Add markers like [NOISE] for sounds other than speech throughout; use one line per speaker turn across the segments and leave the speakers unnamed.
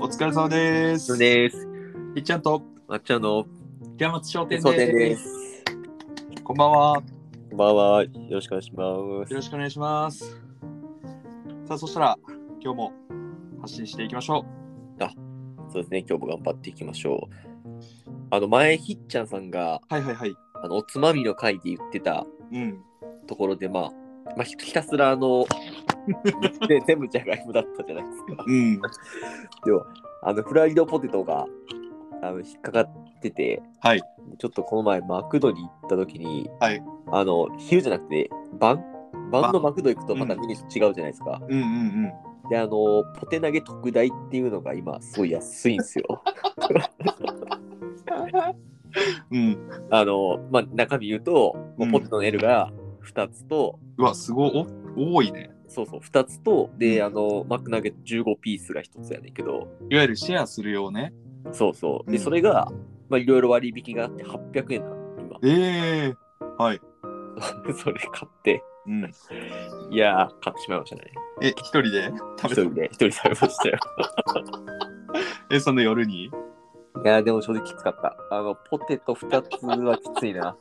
お疲れ様で
そ
す。
うです。
いっちゃんと
まっちゃんの
平松商店
商
で。
店ですす。
こんばんは。
こんばんは。よろしくお願いしま
よろ
す。
しくお願いします。さあ、そしたら今日も発信していきましょ
そうですね。今日も頑張っていきましょう。あの、前、ひっちゃんさんが、
う。はいはいはい。
あの、おつまみの回で言ってた
うん。
ところで、まあ、まあ、ひひたすら、あ [LAUGHS] の、で全部じゃがいもだったじゃないですか。
うん。
でも、あの、フライドポテトが、あの、引っかかってて、
はい。
ちょっとこの前、マクドに行った時に、
はい。
あの、昼じゃなくて、晩晩のマクド行くとまたメニュー違うじゃないですか。
うんうん
で、あの、ポテ投げ特大っていうのが今、すごい安いんですよ。 [LAUGHS]
うん。うん。
あの、まあ、中身言うと、もう
うん
ポテトの L が2つと、
うわ、すごい。お多いね。
そうそう、2つと、で、
うん
あの、マックナゲット15ピースが1つやねんけど、
いわゆるシェアするようね。
そうそう。
う
で、
ん
それが、まあ、いろいろ割引があって800円なの、
ええはい。
今。 [LAUGHS] それ買って、
うん。
いやー、買ってしまいましたね。
え、一人で食べ
一人
た
で、一人で食べまし
[LAUGHS]
たよ。
え、その夜に
いやー、でも正直きつかった。あの、ポテト2つはきつ
[LAUGHS]
いな。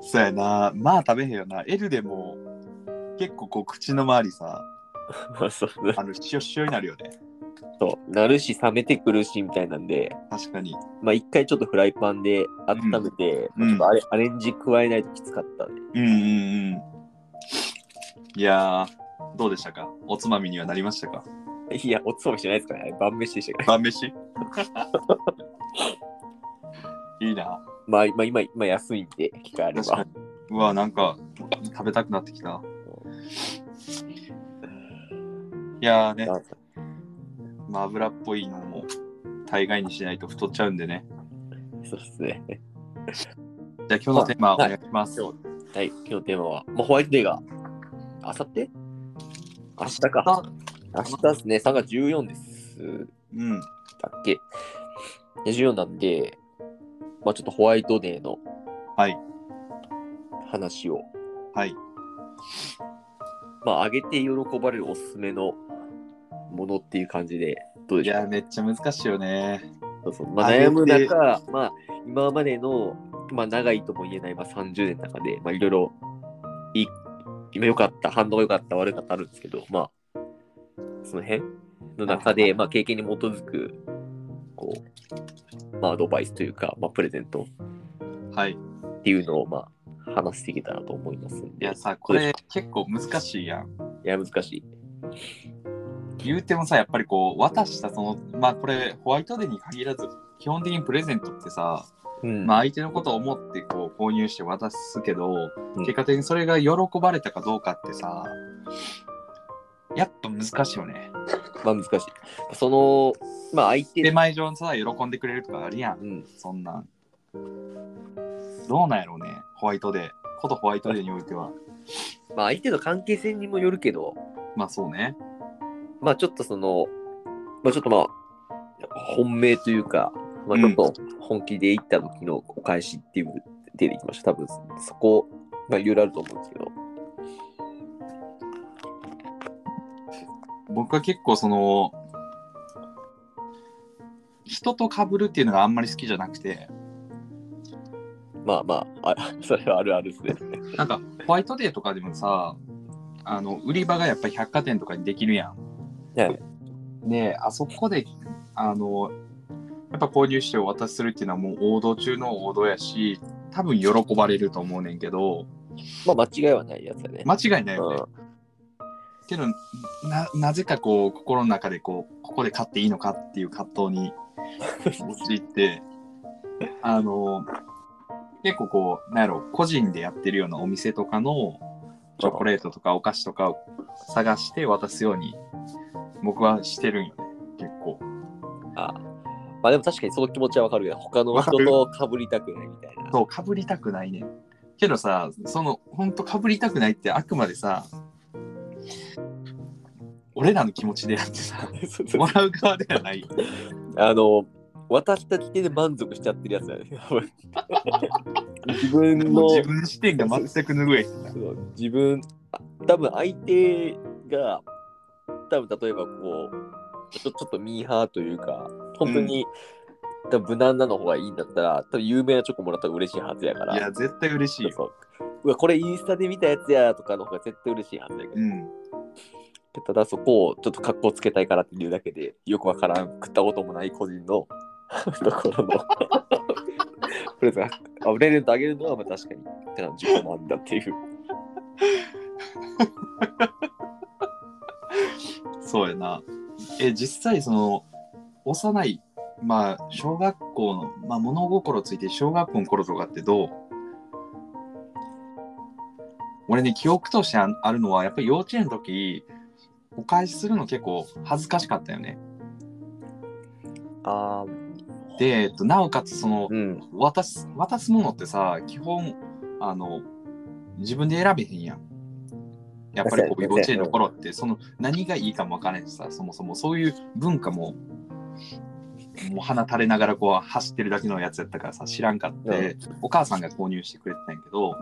そうやな。まあ食べへんよな。L でも結構こう口の周りさ、
まあそう
あの、しおしおになるよね。
そう、なるし、冷めてくるし、みたいなんで、
確かに。
まあ一回ちょっとフライパンで温めて、
うん
まあちょっとアレ,、アレンジ加えないときつかったね。
うんうんうん。いやー、どうでしたかおつまみにはなりましたか
[LAUGHS] いや、おつまみじゃないですからね。晩飯でしたから
晩
ね。
飯いいな。
まあ、まあ、今、今安いんで、機会あれ
確か
ば
に。。うわ、なんか食べたくなってきた。いやーね、
なんか
まあ、油っぽいのも大概にしないと太っちゃうんでね。
[LAUGHS] そうですね。
じゃあ今日のテーマお
はい
願いします。
はいはい、今日のテーマは、まあ、ホワイトデーが、あさって明日か。
あ
明日ですね、3月14です。
うん。
だっけ。で14なんで、まあちょっとホワイトデーの
はい。
話を、
はい。
まあ、上げて喜ばれるおすすめのものっていう感じで、どうで
い
しょう
やー、めっちゃ難しいよね。
そうそうまあ、
あれ
悩む
って
中、まあ、今までの、まあ、長いとも言えない、まあ、30年の中で、まあ、いろいろいい今良かった反応が良かった悪かったあるんですけど、まあ、その辺の中で、まあ、経験に基づくこう、まあ、アドバイスというか、まあ、プレゼント
はい。
っていうのを、まあ、話していけたらと思いますん
い
で
やさ、これ結構難しいやん。
いや難しい
言うてもさやっぱりこう渡したそのまあこれホワイトデーに限らず基本的にプレゼントってさ、
うん
まあ、相手のことを思ってこう購入して渡すけど
うん
結果的にそれが喜ばれたかどうかってさやっぱ難しいよね。
まあ難しいそのまあ相手
手前上にさ喜んでくれるとかあるやん
うん
そんなん。どうなんやろうねホワイトデー。ことホワイトデーにおいては。
まあ相手の関係性にもよるけど
まあそうね。
まあちょっとその、まあちょっとまあ、本命というか、まあちょっと本気で行った時のお返しっていう手でいきましょう。多分そこ、まあいろいろあると思うんですけど。
僕は結構その人と被るっていうのがあんまり好きじゃなくて。
まあまあ、あ [LAUGHS] それはあるあるですね。
なんかホワイトデーとかでもさあの売り場がやっぱり百貨店とかにできるやん。
はい
ねえあそこであのやっぱ購入してお渡しするっていうのはもう王道中の王道やし多分喜ばれると思うねんけど
まあ間違いはないやつだね。
間違いないよね。
う
けどななぜかこう心の中でこうここで買っていいのかっていう葛藤に陥ってあの結構こうなんやろ個人でやってるようなお店とかのチョコレートとかお菓子とかを探して渡すように僕はしてるんよね結構
んあまあでも確かにその気持ちはわかるけど、他の人と被りたくないみたいな。 [LAUGHS]
そうかぶりたくないねんけどさそのほんとかぶりたくないってあくまでさ俺らの気持ちでやってさ
そうそう
もらう側ではないよね
あの、渡した時点で満足しちゃってるやつだね。
[LAUGHS]
自分の。
もう自分視点が全く拭えへんな
そう自分あ多分相手が多分例えばこうちょちょっとミーハーというか、本当に、多分無難なの方がいいんだったら、多分有名なチョコもらったら嬉しいはずやから。
いや、絶対嬉しいよ。
そうそううわ、これインスタで見たやつやとかの方が絶対嬉しいはずやけど
うん。
ただそこをちょっと格好つけたいからっていうだけでよくわからん食ったこともない個人の [LAUGHS] ところの [LAUGHS] プレゼントあプレゼントあげるのはまあ確かにってな10万だっていう
そうやな。え、実際、その、幼い、まあ、小学校の、まあ、物心ついて小学校の頃とかってどう俺ね、記憶としてああるのは、やっぱり幼稚園の時、お返しするの結構恥ずかしかったよね。
ああ
で、えっと、なおかつ、その、
うん
渡す、渡すものってさ、基本、あの、自分で選べへんやん。やっぱりこう
そうやね
幼稚園の頃って、その何がいいかも分からんしさ、そもそもそういう文化も、もう鼻垂れながらこう走ってるだけのやつやったからさ、知らんかって、お母さんが購入してくれてたんやけど、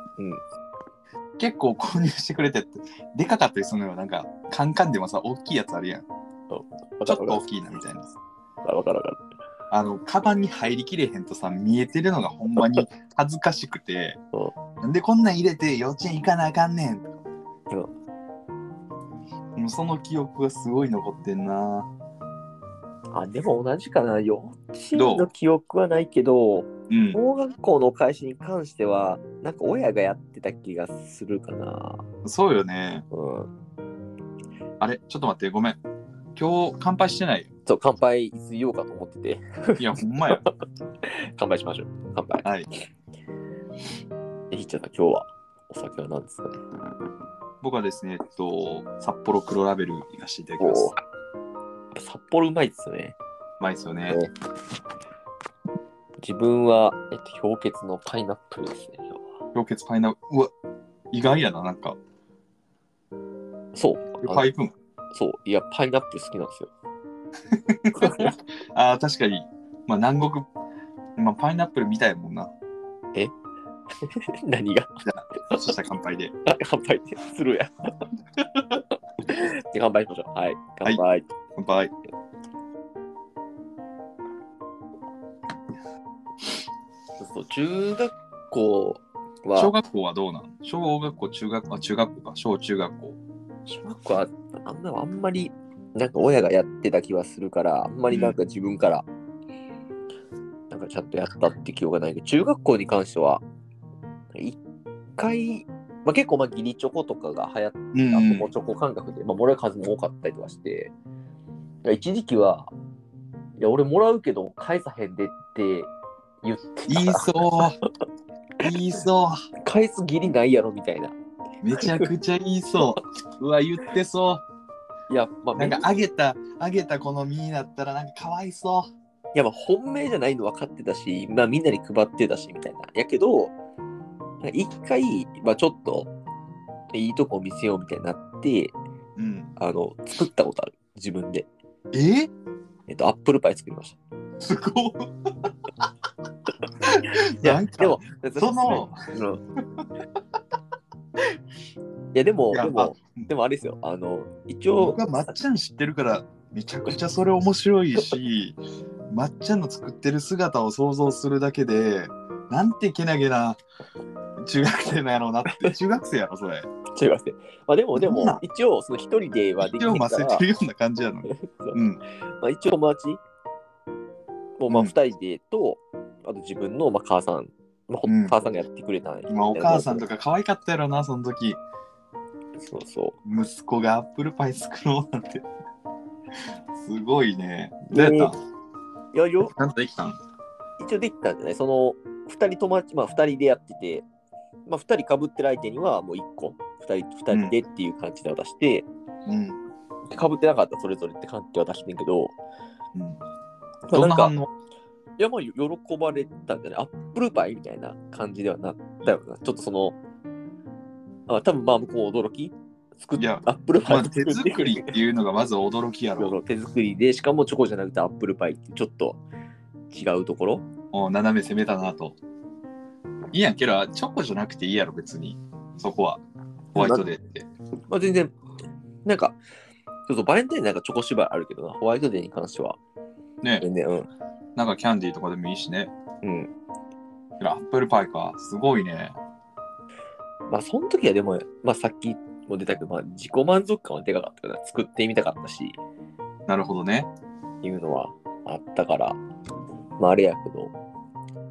結構購入してくれてって、でかかったりするのよ。なんか、カンカンでもさ、大きいやつあるやん。ち
わ
ょ
か
っと
るわ
大
か
きいなみたいな。
るわかるわかる
あの、カバンに入りきれへんとさ、見えてるのがほんまに恥ずかしくて
そ、
なんでこんなん入れて幼稚園行かなあかんねんとか。
そ
もうその記憶がすごい残ってんな。
あでも同じかな幼稚
ど
園
う
の記憶はないけど
うん。
小学校のお返しに関してはなんか親がやってた気がするかな
そうよね。
うん
あれ、ちょっと待って、ごめん。今日乾杯して [LAUGHS] ないよ。
そう乾杯しようかと思ってて
いや、ほんまや。
乾杯しましょう乾杯
はい。
えひっちゃんさん、今日はお酒は何ですかね
僕はですね、えっと、札幌黒ラベル行かせていただきま
お
す
お。。札幌うまいですね。
うまいっすよね。
自分は、えっと、氷結のパイナップルですね、今日は。
氷結パイナップル。うわ、意外やな、なんか。
そう。あ
パイプン。
そう。いや、パイナップル好きなんですよ。 [LAUGHS]
ああ、確かに。まあ、南国、まあ、パイナップルみたいやもんな。
何が
そしたら乾杯で。
乾杯する [LAUGHS] や。で乾杯しましょう。はい。乾杯。
乾杯。
そう中学校は、
小学校はどうなん小学校、中学校、あ、中学校か。小中学校。
小学校はあんなあんまりなんか親がやってた気はするからあんまりなんか自分から、なんかちゃんとやったって記憶がないけど中学校に関しては一回、まあ、結構まあ義理チョコとかが流行
う
ったあと
ん
もうチョコ感覚で、まあ、もらう数も多かったりとかしていや一時期はいや俺もらうけど返さへんでって言ってた
言いそう。言いそ
返す義理ないやろみたいな
う。めちゃくちゃ言いそう。うわ、言ってそ
いやまあ
う。なん
め
か
っ、ちゃ
あげた、あげたこの身だったら、なんかかわいそ
いやまあ本命じゃないの分かってたし、まあ、みんなに配ってたしみたいな。やけど、なんか一回、まあ、ちょっといいとこ見せようみたいになって、
う。うん。
あの作ったことある、自分で。
え
えっと、アップルパイ作りまし
す [LAUGHS] ごい。
た。
なんか
でも、
その
うん、いや、でも、
いや
で
まあ
も、でもあれですよ、あの、一応
僕、はまっ
[LAUGHS]
ちゃん知ってるから、めちゃくちゃそれ面白いし、まっちゃんの作ってる姿を想像するだけで、なんてけなげな中学生なんやろうなっ
[LAUGHS]
て、中学生やろ、それ。
中学生。まあ、でも、で
そんな
も、一応、その一人ではでき
手
な
を
いか
ませ
ら
て、るような感じやのに。うん。
まあ、一応友達もうまあ
うん
2人でと、あと自分のまあ母さん、まあほ
うん
母さんがやってくれたんや
今お母さんとか可愛かったやろなその時
そうそ
息子がアップルパイ作ろうなんてすごいねどうやったん
ういやよ
ちゃんとできたん
一応できたんじゃないその2人友達まあ2人でやってて、まあ、2人かぶってる相手にはもう1個2人二人でっていう感じで渡して
うん、
かぶ、被ってなかったらそれぞれって感じで渡してんけど、
うん、
まあ
どん
な
なん
か
反応
いやまあ喜ばれたんじゃないアップルパイみたいな感じではなったよな。ちょっとその、あ多分まあ向こう驚き作っ
いや
アップル
ま
パ
あ
イ
手作りっていうのがまず驚きやろ
手作りで、しかもチョコじゃなくてアップルパイってちょっと違うところ。
お斜め攻めたなといいやんけどチョコじゃなくていいやろ別にそこはホワイトデーって
まあ全然、なんか、そうそう、バレンタインなんかチョコ芝居あるけどな、ホワイトデーに関しては。
ね、
全然、うん。
なんかキャンディーとかでもいいしね。
うん。
いやアップルパイか。すごいね。
まあ、その時はでも、まあ、さっきも出たけど、まあ、自己満足感はでかかったから、作ってみたかったし、
なるほどね。
いうのはあったから、まあ、あれやけど。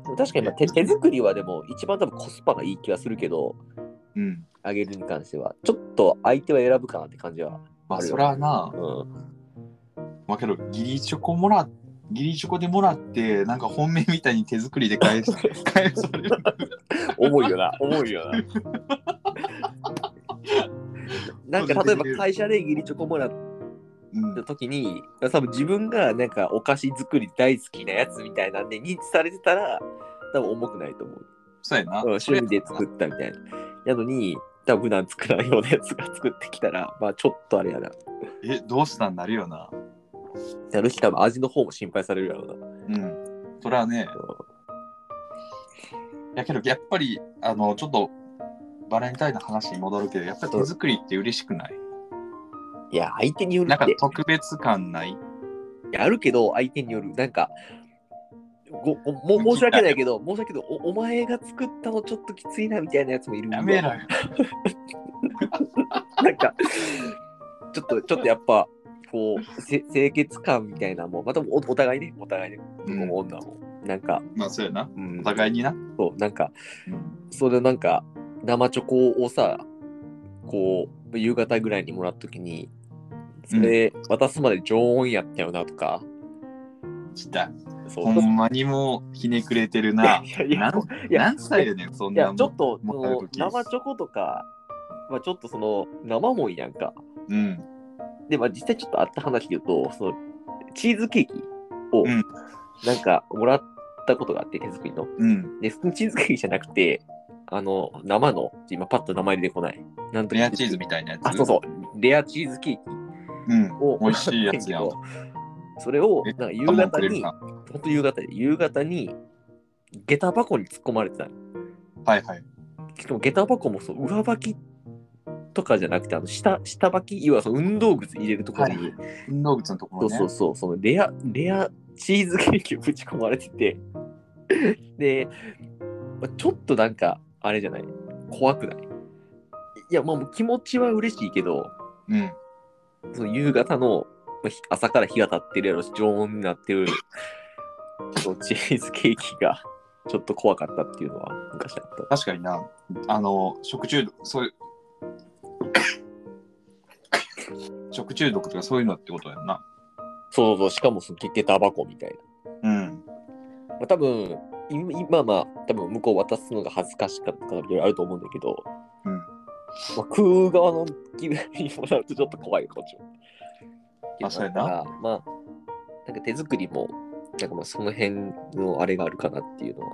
でも確かに、まあ、手手作りはでも、一番多分コスパがいい気がするけど、
うん。
あげるに関しては、ちょっと相手は選ぶかなって感じは。
まあ、
あるよ
そらな
う。ん。
まあけど、ギリチョコもらギリチョコでもらって、なんか本命みたいに手作りで返
[LAUGHS]
す返される。
重いよ [LAUGHS] な。重いよな。なんか例えば会社で義理チョコもらっ
うん
た時に多分自分がなんかお菓子作り大好きなやつみたいなんで認知されてたら多分重くないと思う。
そうやな。
うん趣味で作ったみたいな。やのに多分普段作らんようなやつが作ってきたらまあちょっとあれやな。
え、どうしたんなるよな。
やるし多分味の方も心配されるやろうな。
うん。それはね、やけどやっぱり、あの、ちょっとバレンタインの話に戻るけど、やっぱり手作りって嬉しくない
いや相手による
なん
っ
か
て。
特別感ない
やるけど、相手による。なんか、ごごも申し訳ないけど、申し訳ないけどお、お前が作ったのちょっときついなみたいなやつもいるんで
やめろよ。
なんか、ちょっと、ちょっとやっぱ、こう、せ清潔感みたいなもん、またおお互いね、お互いね、
うん
もう女も。なんか、
まあそうやな。
うん
お、互いにな。
そう、なんか、
うん
それなんか、生チョコをさ、こう、夕方ぐらいにもらったときに、それ、渡すまで常温やったよなとか、
来た。
そう
ほんまにもうひねくれてるな。
いやいやいや
なん
いや
何歳やねん、そん
い
な
や
も、ん
ちょっと、そ
もったいぶ
の
き
生チョコとか、まあ、ちょっとその、生もんやんか。
うん。
で、まあ、実際ちょっとあった話で言うと、その、チーズケーキ
う
を
ん、
なんか、もらったことがあって、手作りの。
うん。
で、そのチーズケーキじゃなくて、あの、生の、今パッと名前出てこない。なんとか
レアチーズみたいなやつ。
あ、そうそう。レアチーズケーキ
うん。
を、
美味しいやつ
[LAUGHS]
やん
もらったんけどそれを、なんか夕方に、
は
ほんと夕方で、夕方に、下駄箱に突っ込まれてた
いはい。
しかも下駄箱もそう上履きとかじゃなくてあの下下履き要はその運動靴入れるところに、
は運動靴のところ
そう
ね。
そうそうそのレアレアチーズケーキをぶち込まれてて [LAUGHS] でまあちょっとなんかあれじゃない怖くないいやまあもう気持ちは嬉しいけど
うん。
その夕方のまあひ朝から日が経ってるやろし常温になってるそのチーズケーキがちょっと怖かったっていうのは昔あった
確かにな。あの、食中毒、そう [COUGHS] いう。食中毒とかそういうのってことやんな。
そうそうしかもその下駄箱みたいな
うん。
まあ、多分今今まあ多分向こう渡すのが恥ずかしかったとかいろいろあると思うんだけど、
うん
まあ、食う側の気分にもなるとちょっと怖いこっちも。
まあそうやな
だからまあなんか手作りもなんかまあその辺のあれがあるかなっていうのは。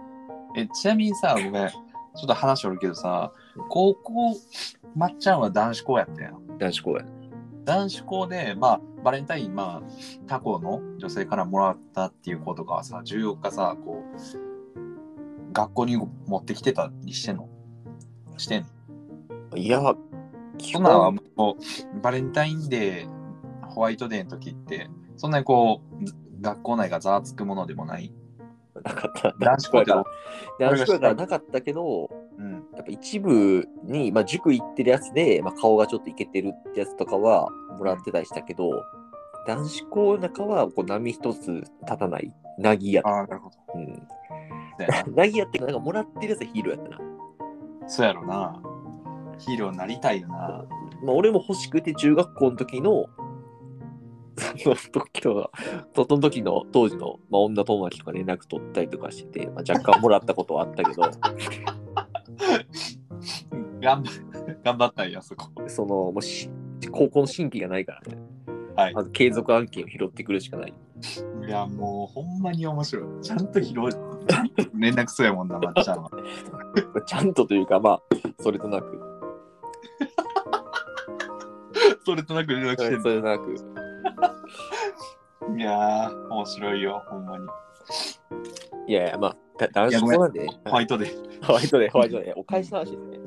え、ちなみにさ、ごめん。ちょっと話おるけどさ、高校、まっちゃんは男子校やったやん。
男子公演。
男子校で、まあ、バレンタイン、まあ、他校の女性からもらったっていう子とかはさ、14日さ、こう、学校に持ってきてたりしてんのしてんの
いや、基
そんなんはもうバレンタインデー、ホワイトデーの時って、そんなにこう、ず学校内がざわつくものでもない。
なかった。
男子校
や
で
か
も
ら。男子校やからなかったけど、
うん。
やっぱ一部に、まあ、塾行ってるやつで、まあ、顔がちょっとイケてるってやつとかはもらってたりしたけど、男子校の中はこう波一つ立たない、なぎや
あ。あ、なるほど。
うん、
そうや
なぎやって、なんかもらってるやつはヒーローやったな。
な [LAUGHS] そうやろな。ヒーローになりたいよな。
まあ、俺も欲しくて中学校の時の、その時とは、その時の当時の、まあ、女友達とか連絡取ったりとかしてて、まあ、若干もらったことはあったけど、
頑張 [LAUGHS] 頑張ったんや、そこ。
その、もうし高校の新規がないからね、
はい
まず継続案件を拾ってくるしかない。
いや、もうほんまに面白い。ちゃんと拾う。ちゃんと連絡そうやもんな、まっちゃんは。
ちゃんとというか、まあ、それとなく、
[LAUGHS] それとなく連絡
そ
して
れ
ん
となく、
の。いやー、面白いよ、ほんまに。
いやいや、まあ、だ男
いや
子
ご
校
めん
なんでね、
ホワイトデー。
ホワイトで、ホワイトで、お返しの話ですね。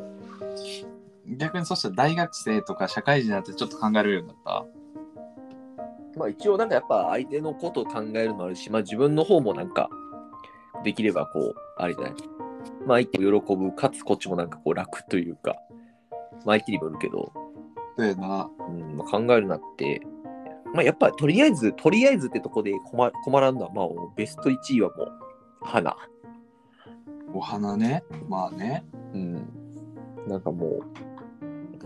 逆にそしたら大学生とか社会人になってちょっと考えるようになった
まあ一応なんかやっぱ相手のことを考えるのもあるし、まあ自分の方もなんかできればこう、あれじゃない。まあ相手も喜ぶ、かつこっちもなんかこう楽というか、まあ相手にもよるけど、
そうやな。
うんまあ、考えるなって、まあやっぱとりあえず、とりあえずってとこで困困らんのは、まあもうベスト1位はもう、花。
お花ね。まあね。
うん。なんかもう、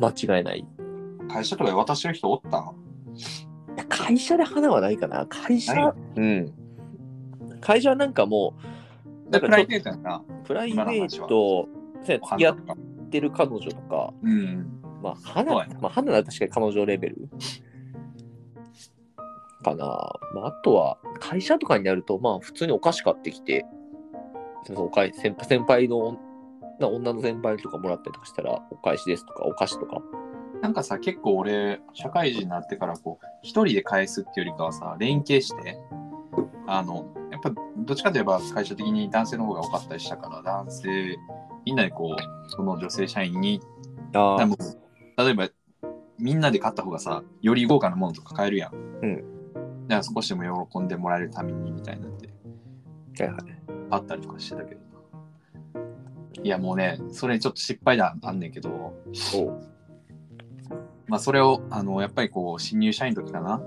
間違いない。い
会社とかで渡してる人おった
や会社で花はないかな。会社
ない、
うん。会社はなんかもう、なん
プ
か
ラ
ちょ
イベートやな。
プライベ
今の話
ー
は
ト、そうや
お
付き合
花
っ
とか。
てる彼女とか、
うん。
まあ、花、
そうやな
まあ、花は確かに彼女レベルかな。まあ、あとは、会社とかになると、まあ、普通にお菓子買ってきて、そのおかえ先先輩の、な女の先輩とかもらったりとかしたら、お返しですとか、お菓子とか。
なんかさ、結構俺、社会人になってから、こう、一人で返すっていうよりかはさ、連携して、あの、やっぱ、どっちかといえば、会社的に男性の方が多かったりしたから、男性、みんなでこう、その女性社員に、
あ
多分例えば、みんなで買った方がさ、より豪華なものとか買えるやん。
う
だから少しでも喜んでもらえるために、みたいなんで、
はいはい。
あったりとかしてたけどな。いや、もうね、それちょっと失敗談あんねんけど、
おう
まあ、それを、あの、やっぱりこう、新入社員の時かな。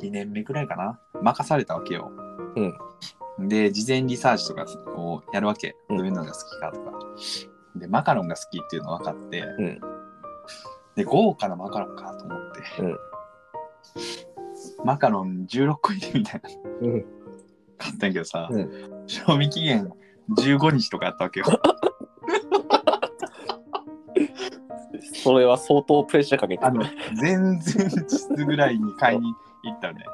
2年目くらいかな。任されたわけよ。で、事前リサーチとかをやるわけ。
う
ど
ん
ういうのが好きかとか。で、マカロンが好きっていうの分かって。
ん
で、豪華なマカロンかと思って。
うん
マカロン16個入りみたいな。
うん
買ったんやけどさ、
う
賞味期限15日とかあったわけよ。
それは相当プレッシャーかけて
あ
る
の、前々日ぐらいに買いに行ったよね。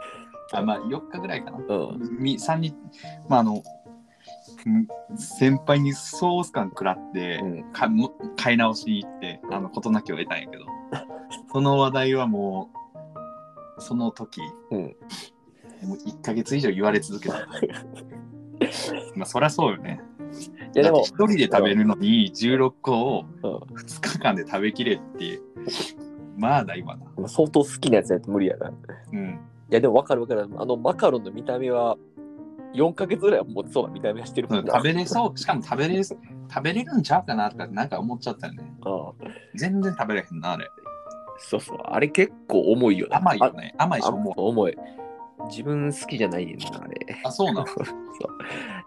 あ、まあ、4日ぐらいかな。
うん。
み3人、まあ、あのうん先輩にソース感食らって、
うん
かも買い直しに行ってあの事なきを得たんやけどその話題はもうその時、
うん
もう1ヶ月以上言われ続け
[LAUGHS]
たまあそりゃそうよね
いやで
だっ
も
て、1人で食べるのに16個を
うん
2日間で食べきれってまあだ今な
まあ相当好きなやつやと無理やな。い
うん
やでも分かる分かる。あのマカロンの見た目は4ヶ月ぐらいは持ちそうな見た目はしてるもんな。
食べれそうしかも食べれ食べれるんちゃうかなとかなんか思っちゃったよね
ああ
全然食べれへんなあれ
そうそう。あれ結構重いよな。
甘いよね甘いし
あ
思う
重い。自分好きじゃないねんな、あれ。
あそうなの、
そう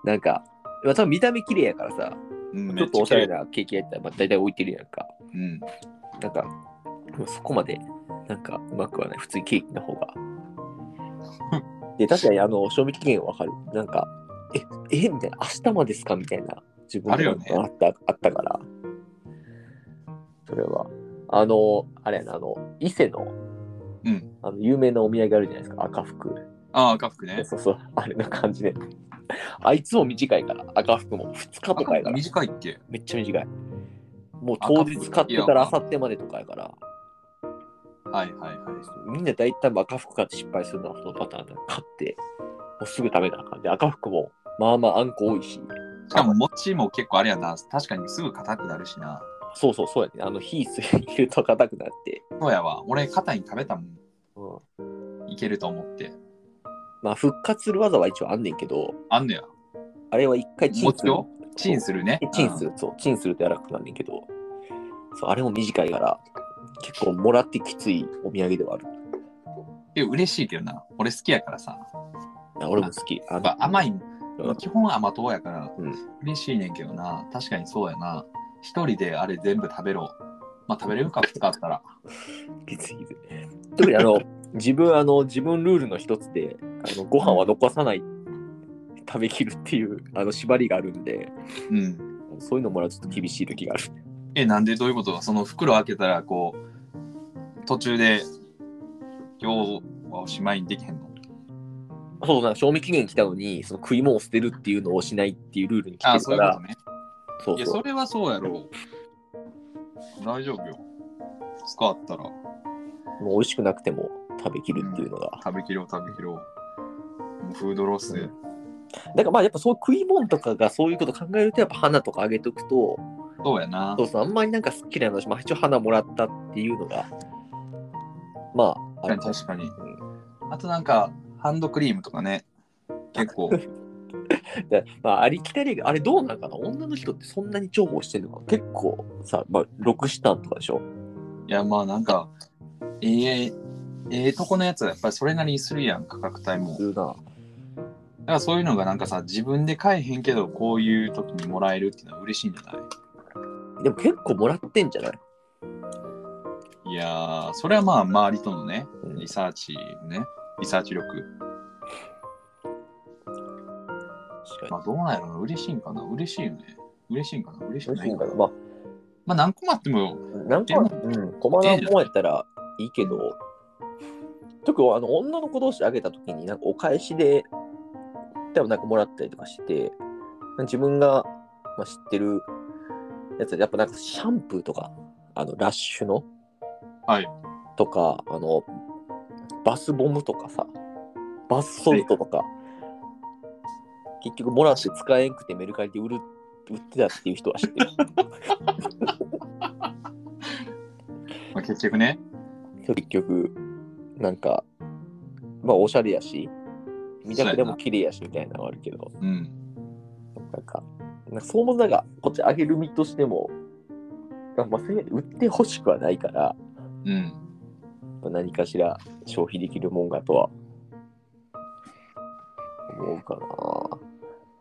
なんか、まあ、多分見た目綺麗やからさ、
うん、
ちょっとおしゃれ
だ、
なケーキやったら、まあ、大体置いてるやんか。
うん、
なんか、もうそこまで、なんか、うまくはない。普通にケーキの方が。
[LAUGHS]
で、確かに、あの、賞味期限わかる。なんか、え、えみたいな、明日までですかみたいな、自分
あるよね
あった、あったから。それは。あの、あれやな、あの、伊勢の、
うん
あの有名なお土産あるじゃないですか、赤服。
ああ赤福ね
そうそう、あれな感じで。 [LAUGHS] あいつも短いから、赤服も2日とかやから、
短いっけ
めっちゃ短い。もう当日買ってたら明後日までとかやから。
はいはいはい
みんな大体赤服買って失敗するのはこのパターンだ買って、もうすぐ食べなあかんで、赤服も、まあまああんこ多いし、
しかも餅も結構あれやな確かにすぐ硬くなるしな
そうそうそうやね。あの、火すぎると硬くなって、
そうやわ俺肩に食べたもん
うん、
いけると思って
まあ復活する技は一応あんねんけど、
あんのや
あれは一回チンす
餅
る。
をチンするね
えチンする、そう、チンすると柔らかくなんねんけど、そう、あれも短いから、結構もらってきついお土産ではある。
うん、え嬉しいけどな俺好きやからさ
あ俺も好き。あ
やっ
の
ぱ甘い
うん
基本甘党やから、
うん
嬉しいねんけどな確かにそうやな一人であれ全部食べろまあ食べれるか使ったら
きついきつい特にあ [LAUGHS] の自分あの自分ルールの一つであのご飯は残さない食べきるっていうあの縛りがあるんで
うん
そういうのもらうとちょっと厳しい時がある
え、なんでどういうことその袋開けたら、こう、途中で、今日はおしまいにできへんの
そうなんか賞味期限来たのにその食い物を捨てるっていうのをしないっていうルールに来て
あ、
る
そう
か
いうこと
ら
ね。
そう
いや、
そう
それはそうやろう。大丈夫よ。使ったら、
もう美味しくなくても食べきるっていうのが、
食べきろう、食べきろう。もうフードロスで。
だからまあやっぱそういう食い物とかがそういうこと考えるとやっぱ花とかあげとくと
そうやな
そ。うそうあんまりなんか好きな話まあ一応花もらったっていうのがまああ
確か
る
に、確かに。あとなんか、ハンドクリームとかね、結 [LAUGHS] 構、
でまあ、ありきたりがあれどうなんかな女の人ってそんなに重宝してるのか結構さ、まあ、ロクシタンとかでしょ
いや、まあなんか、ええええとこのやつはやっぱりそれなりにするやん、価格帯も。
するな。
だからそういうのがなんかさ、自分で買えへんけど、こういう時にもらえるっていうのは嬉しいんじゃない
でも結構もらってんじゃない
いやー、それはまあ周りとのね
う、ん
リサーチね、リサーチ力。
確か
まあどうなんやろな、嬉しいんかな、嬉しいよね。嬉しいんかな、嬉しく
に。
ないんかな。
まあ、
まあ何個もあっても、
なんか、うん、駒何本やったらいいけど、特にあの女の子同士あげたときに、なんかお返しで、多分なんかもらったりとかして、自分が、まあ、知ってるやつで、やっぱなんかシャンプーとか、あのラッシュの、
はい
とか、あの、バスボムとかさ、バスソルトとか、結局もらって使えんくてメルカリで売る売ってたっていう人は知ってる。
まあ、結局ね、
結局なんかまあおしゃれやし見た目でも綺麗やしみたいなのはあるけど
うん。
なんかなんかそうもなんかこっち上げる身としても、まあ、1000円で売ってほしくはないから、
うん。
まあ何かしら消費できるもんがとは思うか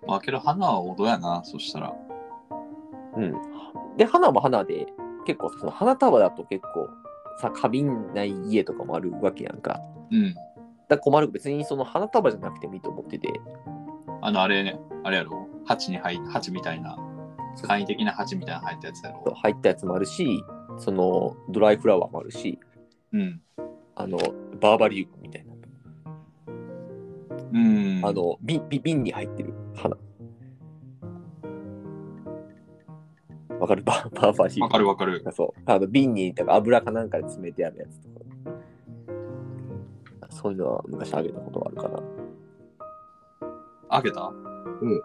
まあけど花は王道やな、そしたら。
なうんで花も花で結構その花束だと結構さ花瓶ない家とかもあるわけやんか
うん。
だから困る別にその花束じゃなくてもいいと思ってて
あの、あれね、あれやろ鉢に入っ鉢みたいな、簡易的な鉢みたいなの入ったやつやろ
入ったやつもあるし、そのドライフラワーもあるし、
うん。
あのバーバリウムみたいな、
うん。
あ、の瓶瓶瓶に入ってる花。わかるバーバーバリウム。
わかるわかる。
そうあの瓶になんか油かなんかで詰めてあるやつとか。そういうのは昔あげたことがあるかな。
あげた
うん。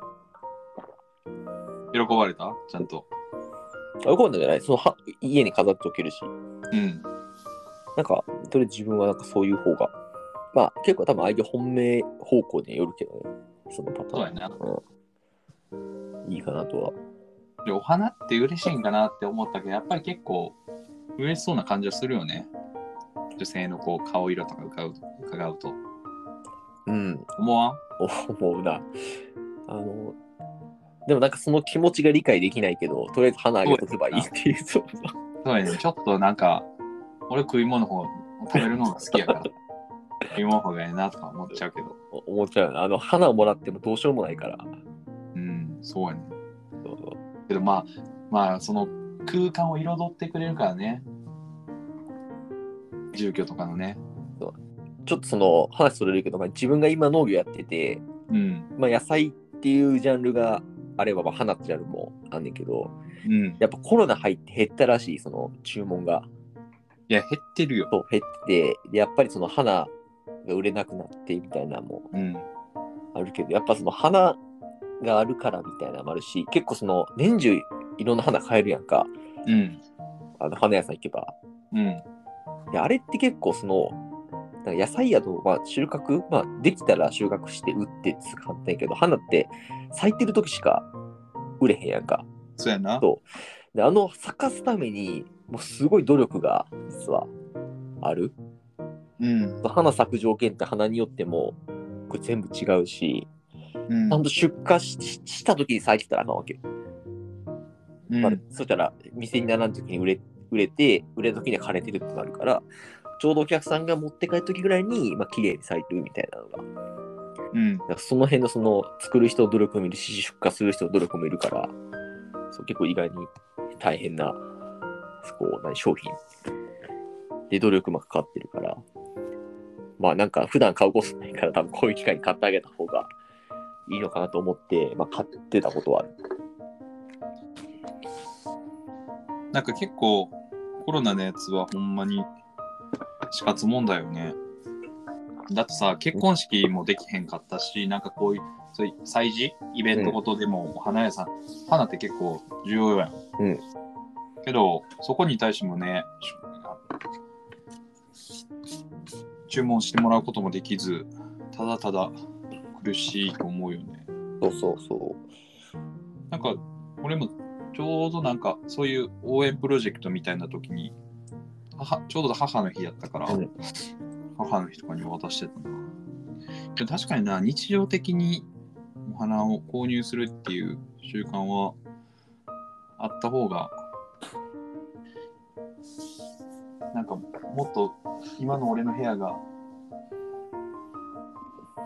喜ばれたちゃんと。
あよくわかんないじゃないそのは家に飾っておけるし。
うん。
なんか、それ自分はなんかそういう方が。まあ結構多分相手本命方向によるけどね。そのパターン。
そうやな。
いいかなとは。
で、お花って嬉しいんかなって思ったけど、やっぱり結構嬉しそうな感じはするよね。女性のこう顔色とか伺う伺うと。
うん、
思わん
思うな。あの、でもなんかその気持ちが理解できないけど、とりあえず花あげとけばいいっていう。そう
そう
[LAUGHS]
やね。ちょっとなんか、俺食い物の方、食べるのが好きや
[LAUGHS]
から、食い物の方がええなとか思っちゃうけど。
思っちゃうよなあの、花をもらってもどうしようもないから。
うん、そうやね。
そうそう
けどまあ、まあ、その空間を彩ってくれるからね。住居とかのね。
ちょっとその話それるけど、まあ、自分が今農業やってて、
うん。
まあ、野菜っていうジャンルがあれば、まあ、花ってジャンルもあんねんけど、
うん。
やっぱコロナ入って減ったらしい、その注文が。
いや、減ってるよ。
そう減ってて、でやっぱりその花が売れなくなってみたいなのも
うん。
あるけどやっぱその花があるからみたいなのもあるし結構その年中いろんな花買えるやんか
うん。
あの花屋さん行けば
うん。
であれって結構そのなんか野菜やと、まあ、収穫、まあ、できたら収穫して売ってって簡単やけど花って咲いてる時しか売れへんやんか
そうやな。
そうであの咲かすためにもうすごい努力が実はある
うん。
花咲く条件って花によってもこれ全部違うし
うん
ちゃんと出荷ししした時に咲いてたらあかんわけ
うん
まあ、そしたら店に並んだ時に売れ売れて売れた時には枯れてるってなるからちょうどお客さんが持って帰る時ぐらいに、まあ綺麗に咲いてるみたいなのがだ
うん。
からその辺のその作る人の努力もいるし出荷する人の努力もいるからそう結構意外に大変なこう何商品で努力もかかってるからまあなんか普段買うことないから多分こういう機会に買ってあげた方がいいのかなと思って、まあ、買ってたことはある。
なんか結構、コロナのやつはほんまに死活問題よね。だってさ、結婚式もできへんかったし、なんかこういう、そういう祭事、イベントごとでも、お花屋さん、花って結構重要やん。
うん
けど、そこに対してもね、し注文してもらうこともできず、ただただ苦しいと思うよね。
そうそうそう。
なんか、俺もちょうどなんか、そういう応援プロジェクトみたいな時に、母ちょうど母の日やったから、
うん
母の日とかに渡してたな。でも確かにな、日常的にお花を購入するっていう習慣はあった方が、なんかもっと今の俺の部屋が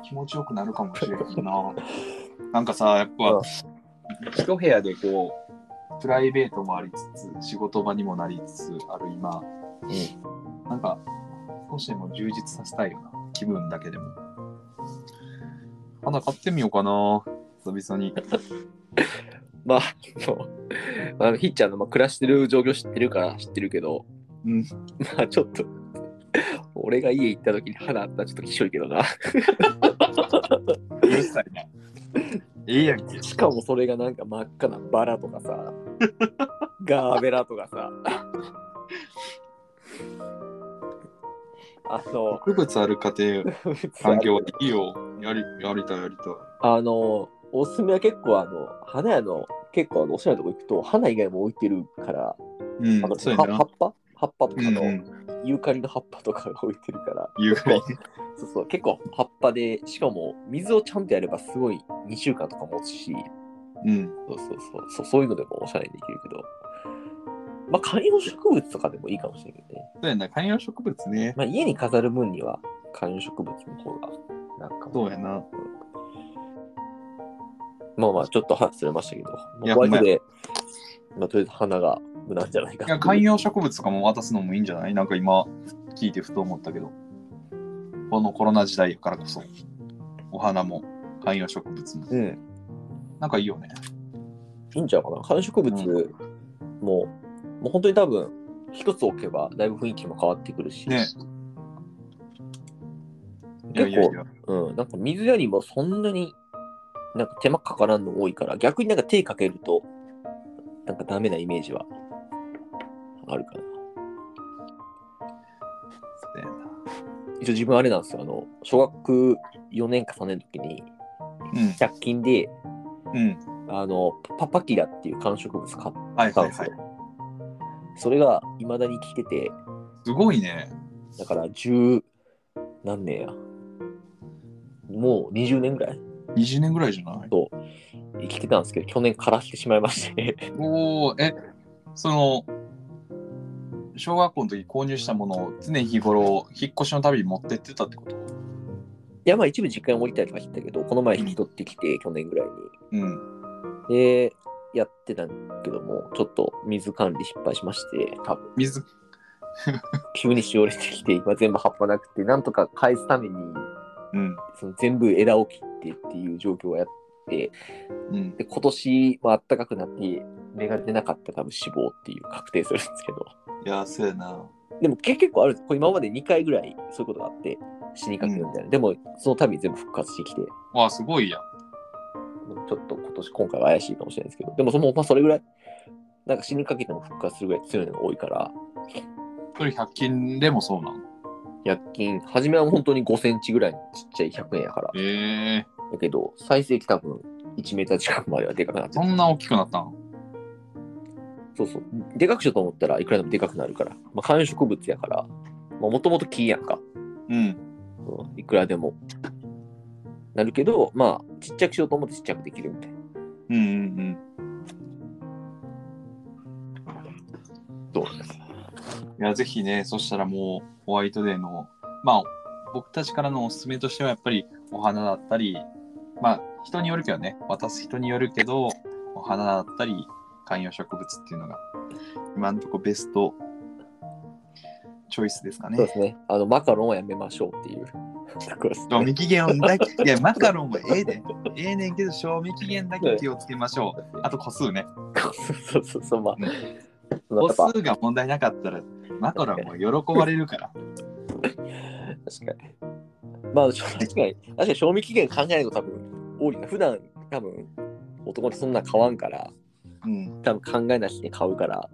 気持ちよくなるかもしれんな。なんかさ、やっぱ、一部屋でこう、プライベートもありつつ、仕事場にもなりつつある今、なんか、少しでも充実させたいよな、気分だけでも。花買ってみようかな、久々に。
まあ、そう。あの、ひっちゃんの、まあ、暮らしてる状況知ってるから知ってるけど、
うん。
まあ、ちょっと、俺が家行った時に花あったらちょっときしょいけどな。
うるさい
[LAUGHS]
な。ええやんけ。
しかもそれがなんか真っ赤なバラとか
[LAUGHS]
さ、ガーベラとかさ。あの、
植物ある家庭、環境はいいよ。やり、やりたい、やりたい。
あの、おすすめは結構あの、花屋の、結構あの、おしゃれなとこ行くと、花以外も置いてるから、
うん
あの、
そうや
は葉
な
っ。ぱ葉っぱと
う
か
ん、
の、
うん。
ユーカリの葉っぱとかが置いてるから、
ゆうかり。
そうそう、結構葉っぱで、しかも水をちゃんとやればすごい2週間とか持つし、
うん。
そうそうそう、そうそういうのでもおしゃれにできるけど、まあ、観葉植物とかでもいいかもしれないけどね。
そうやな、観葉植物ね。
まあ、家に飾る分には観葉植物の方が、なんか、
そうやな。
まあまあ、ちょっと話れましたけど、
いや
まあ、マジで、まあ、とりあえず花が無難じゃないか
いや、観葉植物とかも渡すのもいいんじゃないなんか今、聞いてふと思ったけど。このコロナ時代やからこそ、お花も観葉植物も。
うん、
なんかいいよね。
いいんちゃうかな。観葉植物も、もう本当に多分、一つ置けば、だいぶ雰囲気も変わってくるし、
ねいや
結
いやい
構、
や。
うん、なんか水よりもそんなに、なんか手間かからんの多いから、逆になんか手かけると、なんかダメなイメージは、あるかな。
そうやな
一応自分あれなんですよ、あの、小学4年か3年の時に、100均で、
うん。うん。
あの、パパキラっていう観植物買っ
はい
た
は
ん
い
です
は
よ
い。。
それが未だに来てて、
すごいね。
だから十何年や。もう20年ぐらい
20年ぐらいじゃない
生きてたんですけど、去年枯らしてしまいまして。
おおえ、その、小学校の時購入したものを常日頃、引っ越しのたびに持ってってたってこと
いや、まあ一部実家に置いたりとかしてたけど、この前引き取ってきて、去年ぐらい
うん。
に。で、やってたんだけども、ちょっと水管理失敗しまして、多分
水、
急にしおれてきて、今全部葉っぱなくて、なんとか返すために、
うん。
その全部枝を切ってっていう状況をやって、
うん。
で、今年、まあ暖かくなって、芽が出なかったら多分死亡っていう確定するんですけど。 [LAUGHS]
いや、そうやな。
でもけ結構あるんですこれ今まで2回ぐらいそういうことがあって死にかけるみたいな、でもその度全部復活してきてち
わあ、すごいやん。
ょっと今年今回は怪しいかもしれないですけどでもその、まあ、それぐらいなんか死にかけても復活するぐらい強いのが多いから
それ100均でもそうなの。
100均初めは本当に5センチぐらいのちっちゃい100円やから
ええ
だけど最盛期多分1メーター近くまではでかくなって
そんな大きくなったの
そうそうでかくしようと思ったらいくらでもでかくなるから、まあ、観葉植物やからもともと木やんか
うん。
うんいくらでもなるけどまあちっちゃくしようと思ってちっちゃくできるみたいな
うんうん
そうなんです。
うん。いや、ぜひね、そしたらもう、ホワイトデーの、まあ、僕たちからのおすすめとしては、やっぱりお花だったり、まあ、人によるけどね、渡す人によるけど、お花だったり、観葉植物っていうのが、今のとこベストチョイスですか
そ
ね
うで。すね。あの、マカロンはやめましょうっていう。そうです
賞味期限をだいや、マカロンもええで。ええねんけど、賞味期限だけ気をつけましょう。あと個数ね。
そうそうそう、まあ。
個
やっぱ
数が問題なかったら、マカロンも喜ばれる
[LAUGHS]
から。
確かに。まあ、確かに、確かに賞味期限考えると多分多いな。普段多分男ってそんな買わんから、
うん。
多分考えなしで買うから、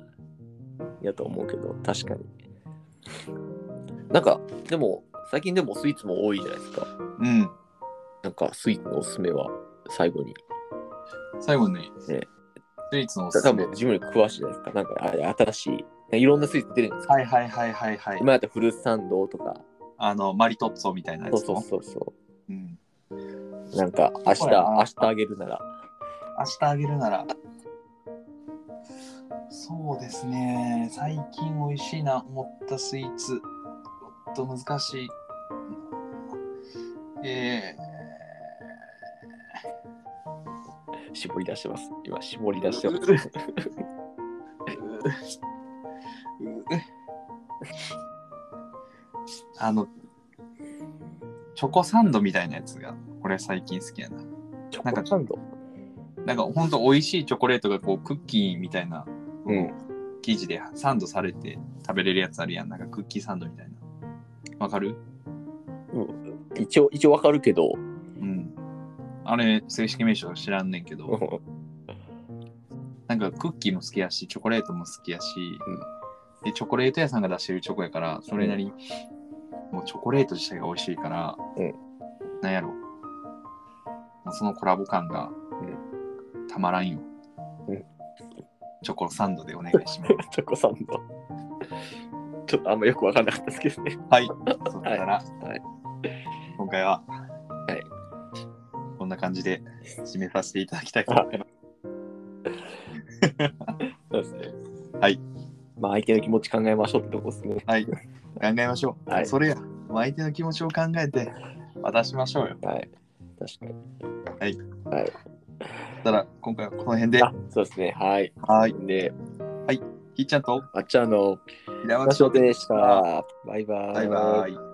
やと思うけど、確かに。なんか、でも、最近でもスイーツも多いじゃないですか。
うん。
なんかスイーツのおすすめは最後に。
最後に、
ね
スイーツのおすす
多
め。
分ジムに詳しいじゃないですか。なんかあれ新しい、いろんなスイーツ出るんですか。
はいはいはいはいはい。
今だったらフルーツサンドとか、
あの、マリトッツォみたいなや
そう
つ
そう
の。
そうそ
うん。
う。なんか明日、
そうやな
明日あげるなら。
明日あげるなら。そうですね。最近美味しいな思ったスイーツ。ちょっと難しい。え
絞り出してます。今、絞り出してます。
ー、ううあの、チョコサンドみたいなやつが、これ最近好きやな。
チ
なん
ョ
か
コサンド。
なんかほんと美味しいチョコレートがこうクッキーみたいな、
うん
生地でサンドされて食べれるやつあるやん。なんかクッキーサンドみたいな。わかる
一応、一応わかるけど、 [LAUGHS]
うん。あれ、正式名称知らんねんけど、なんかクッキーも好きやし、チョコレートも好きやし、
うん
で、チョコレート屋さんが出してるチョコやから、それなりに、もうチョコレート自体が美味しいから、
うん
なんやろ。もうそのコラボ感が、たまらんよ。
うん
チョコサンドでお願いします。
[LAUGHS] チョコサンド。ちょっとあんまよくわかんなかったですけどね。
はい。そしたら、
はい
今回は、
はい
こんな感じで締めさせていただきたいと思います。
そうですね。
はい。
まあ、相手の気持ち考えましょうってとこですね。
はい。考えましょう。
はい
それや、相手の気持ちを考えて渡しましょうよ。
はい。確かに。
そしたら、今回はこの辺で、
あ、そうですね。はい。
はい。
で、
ひっちゃんと
あっちゃんの、
平
場
松
所
翔
で
で
し
したた。。
バイバイ。
バイバイ。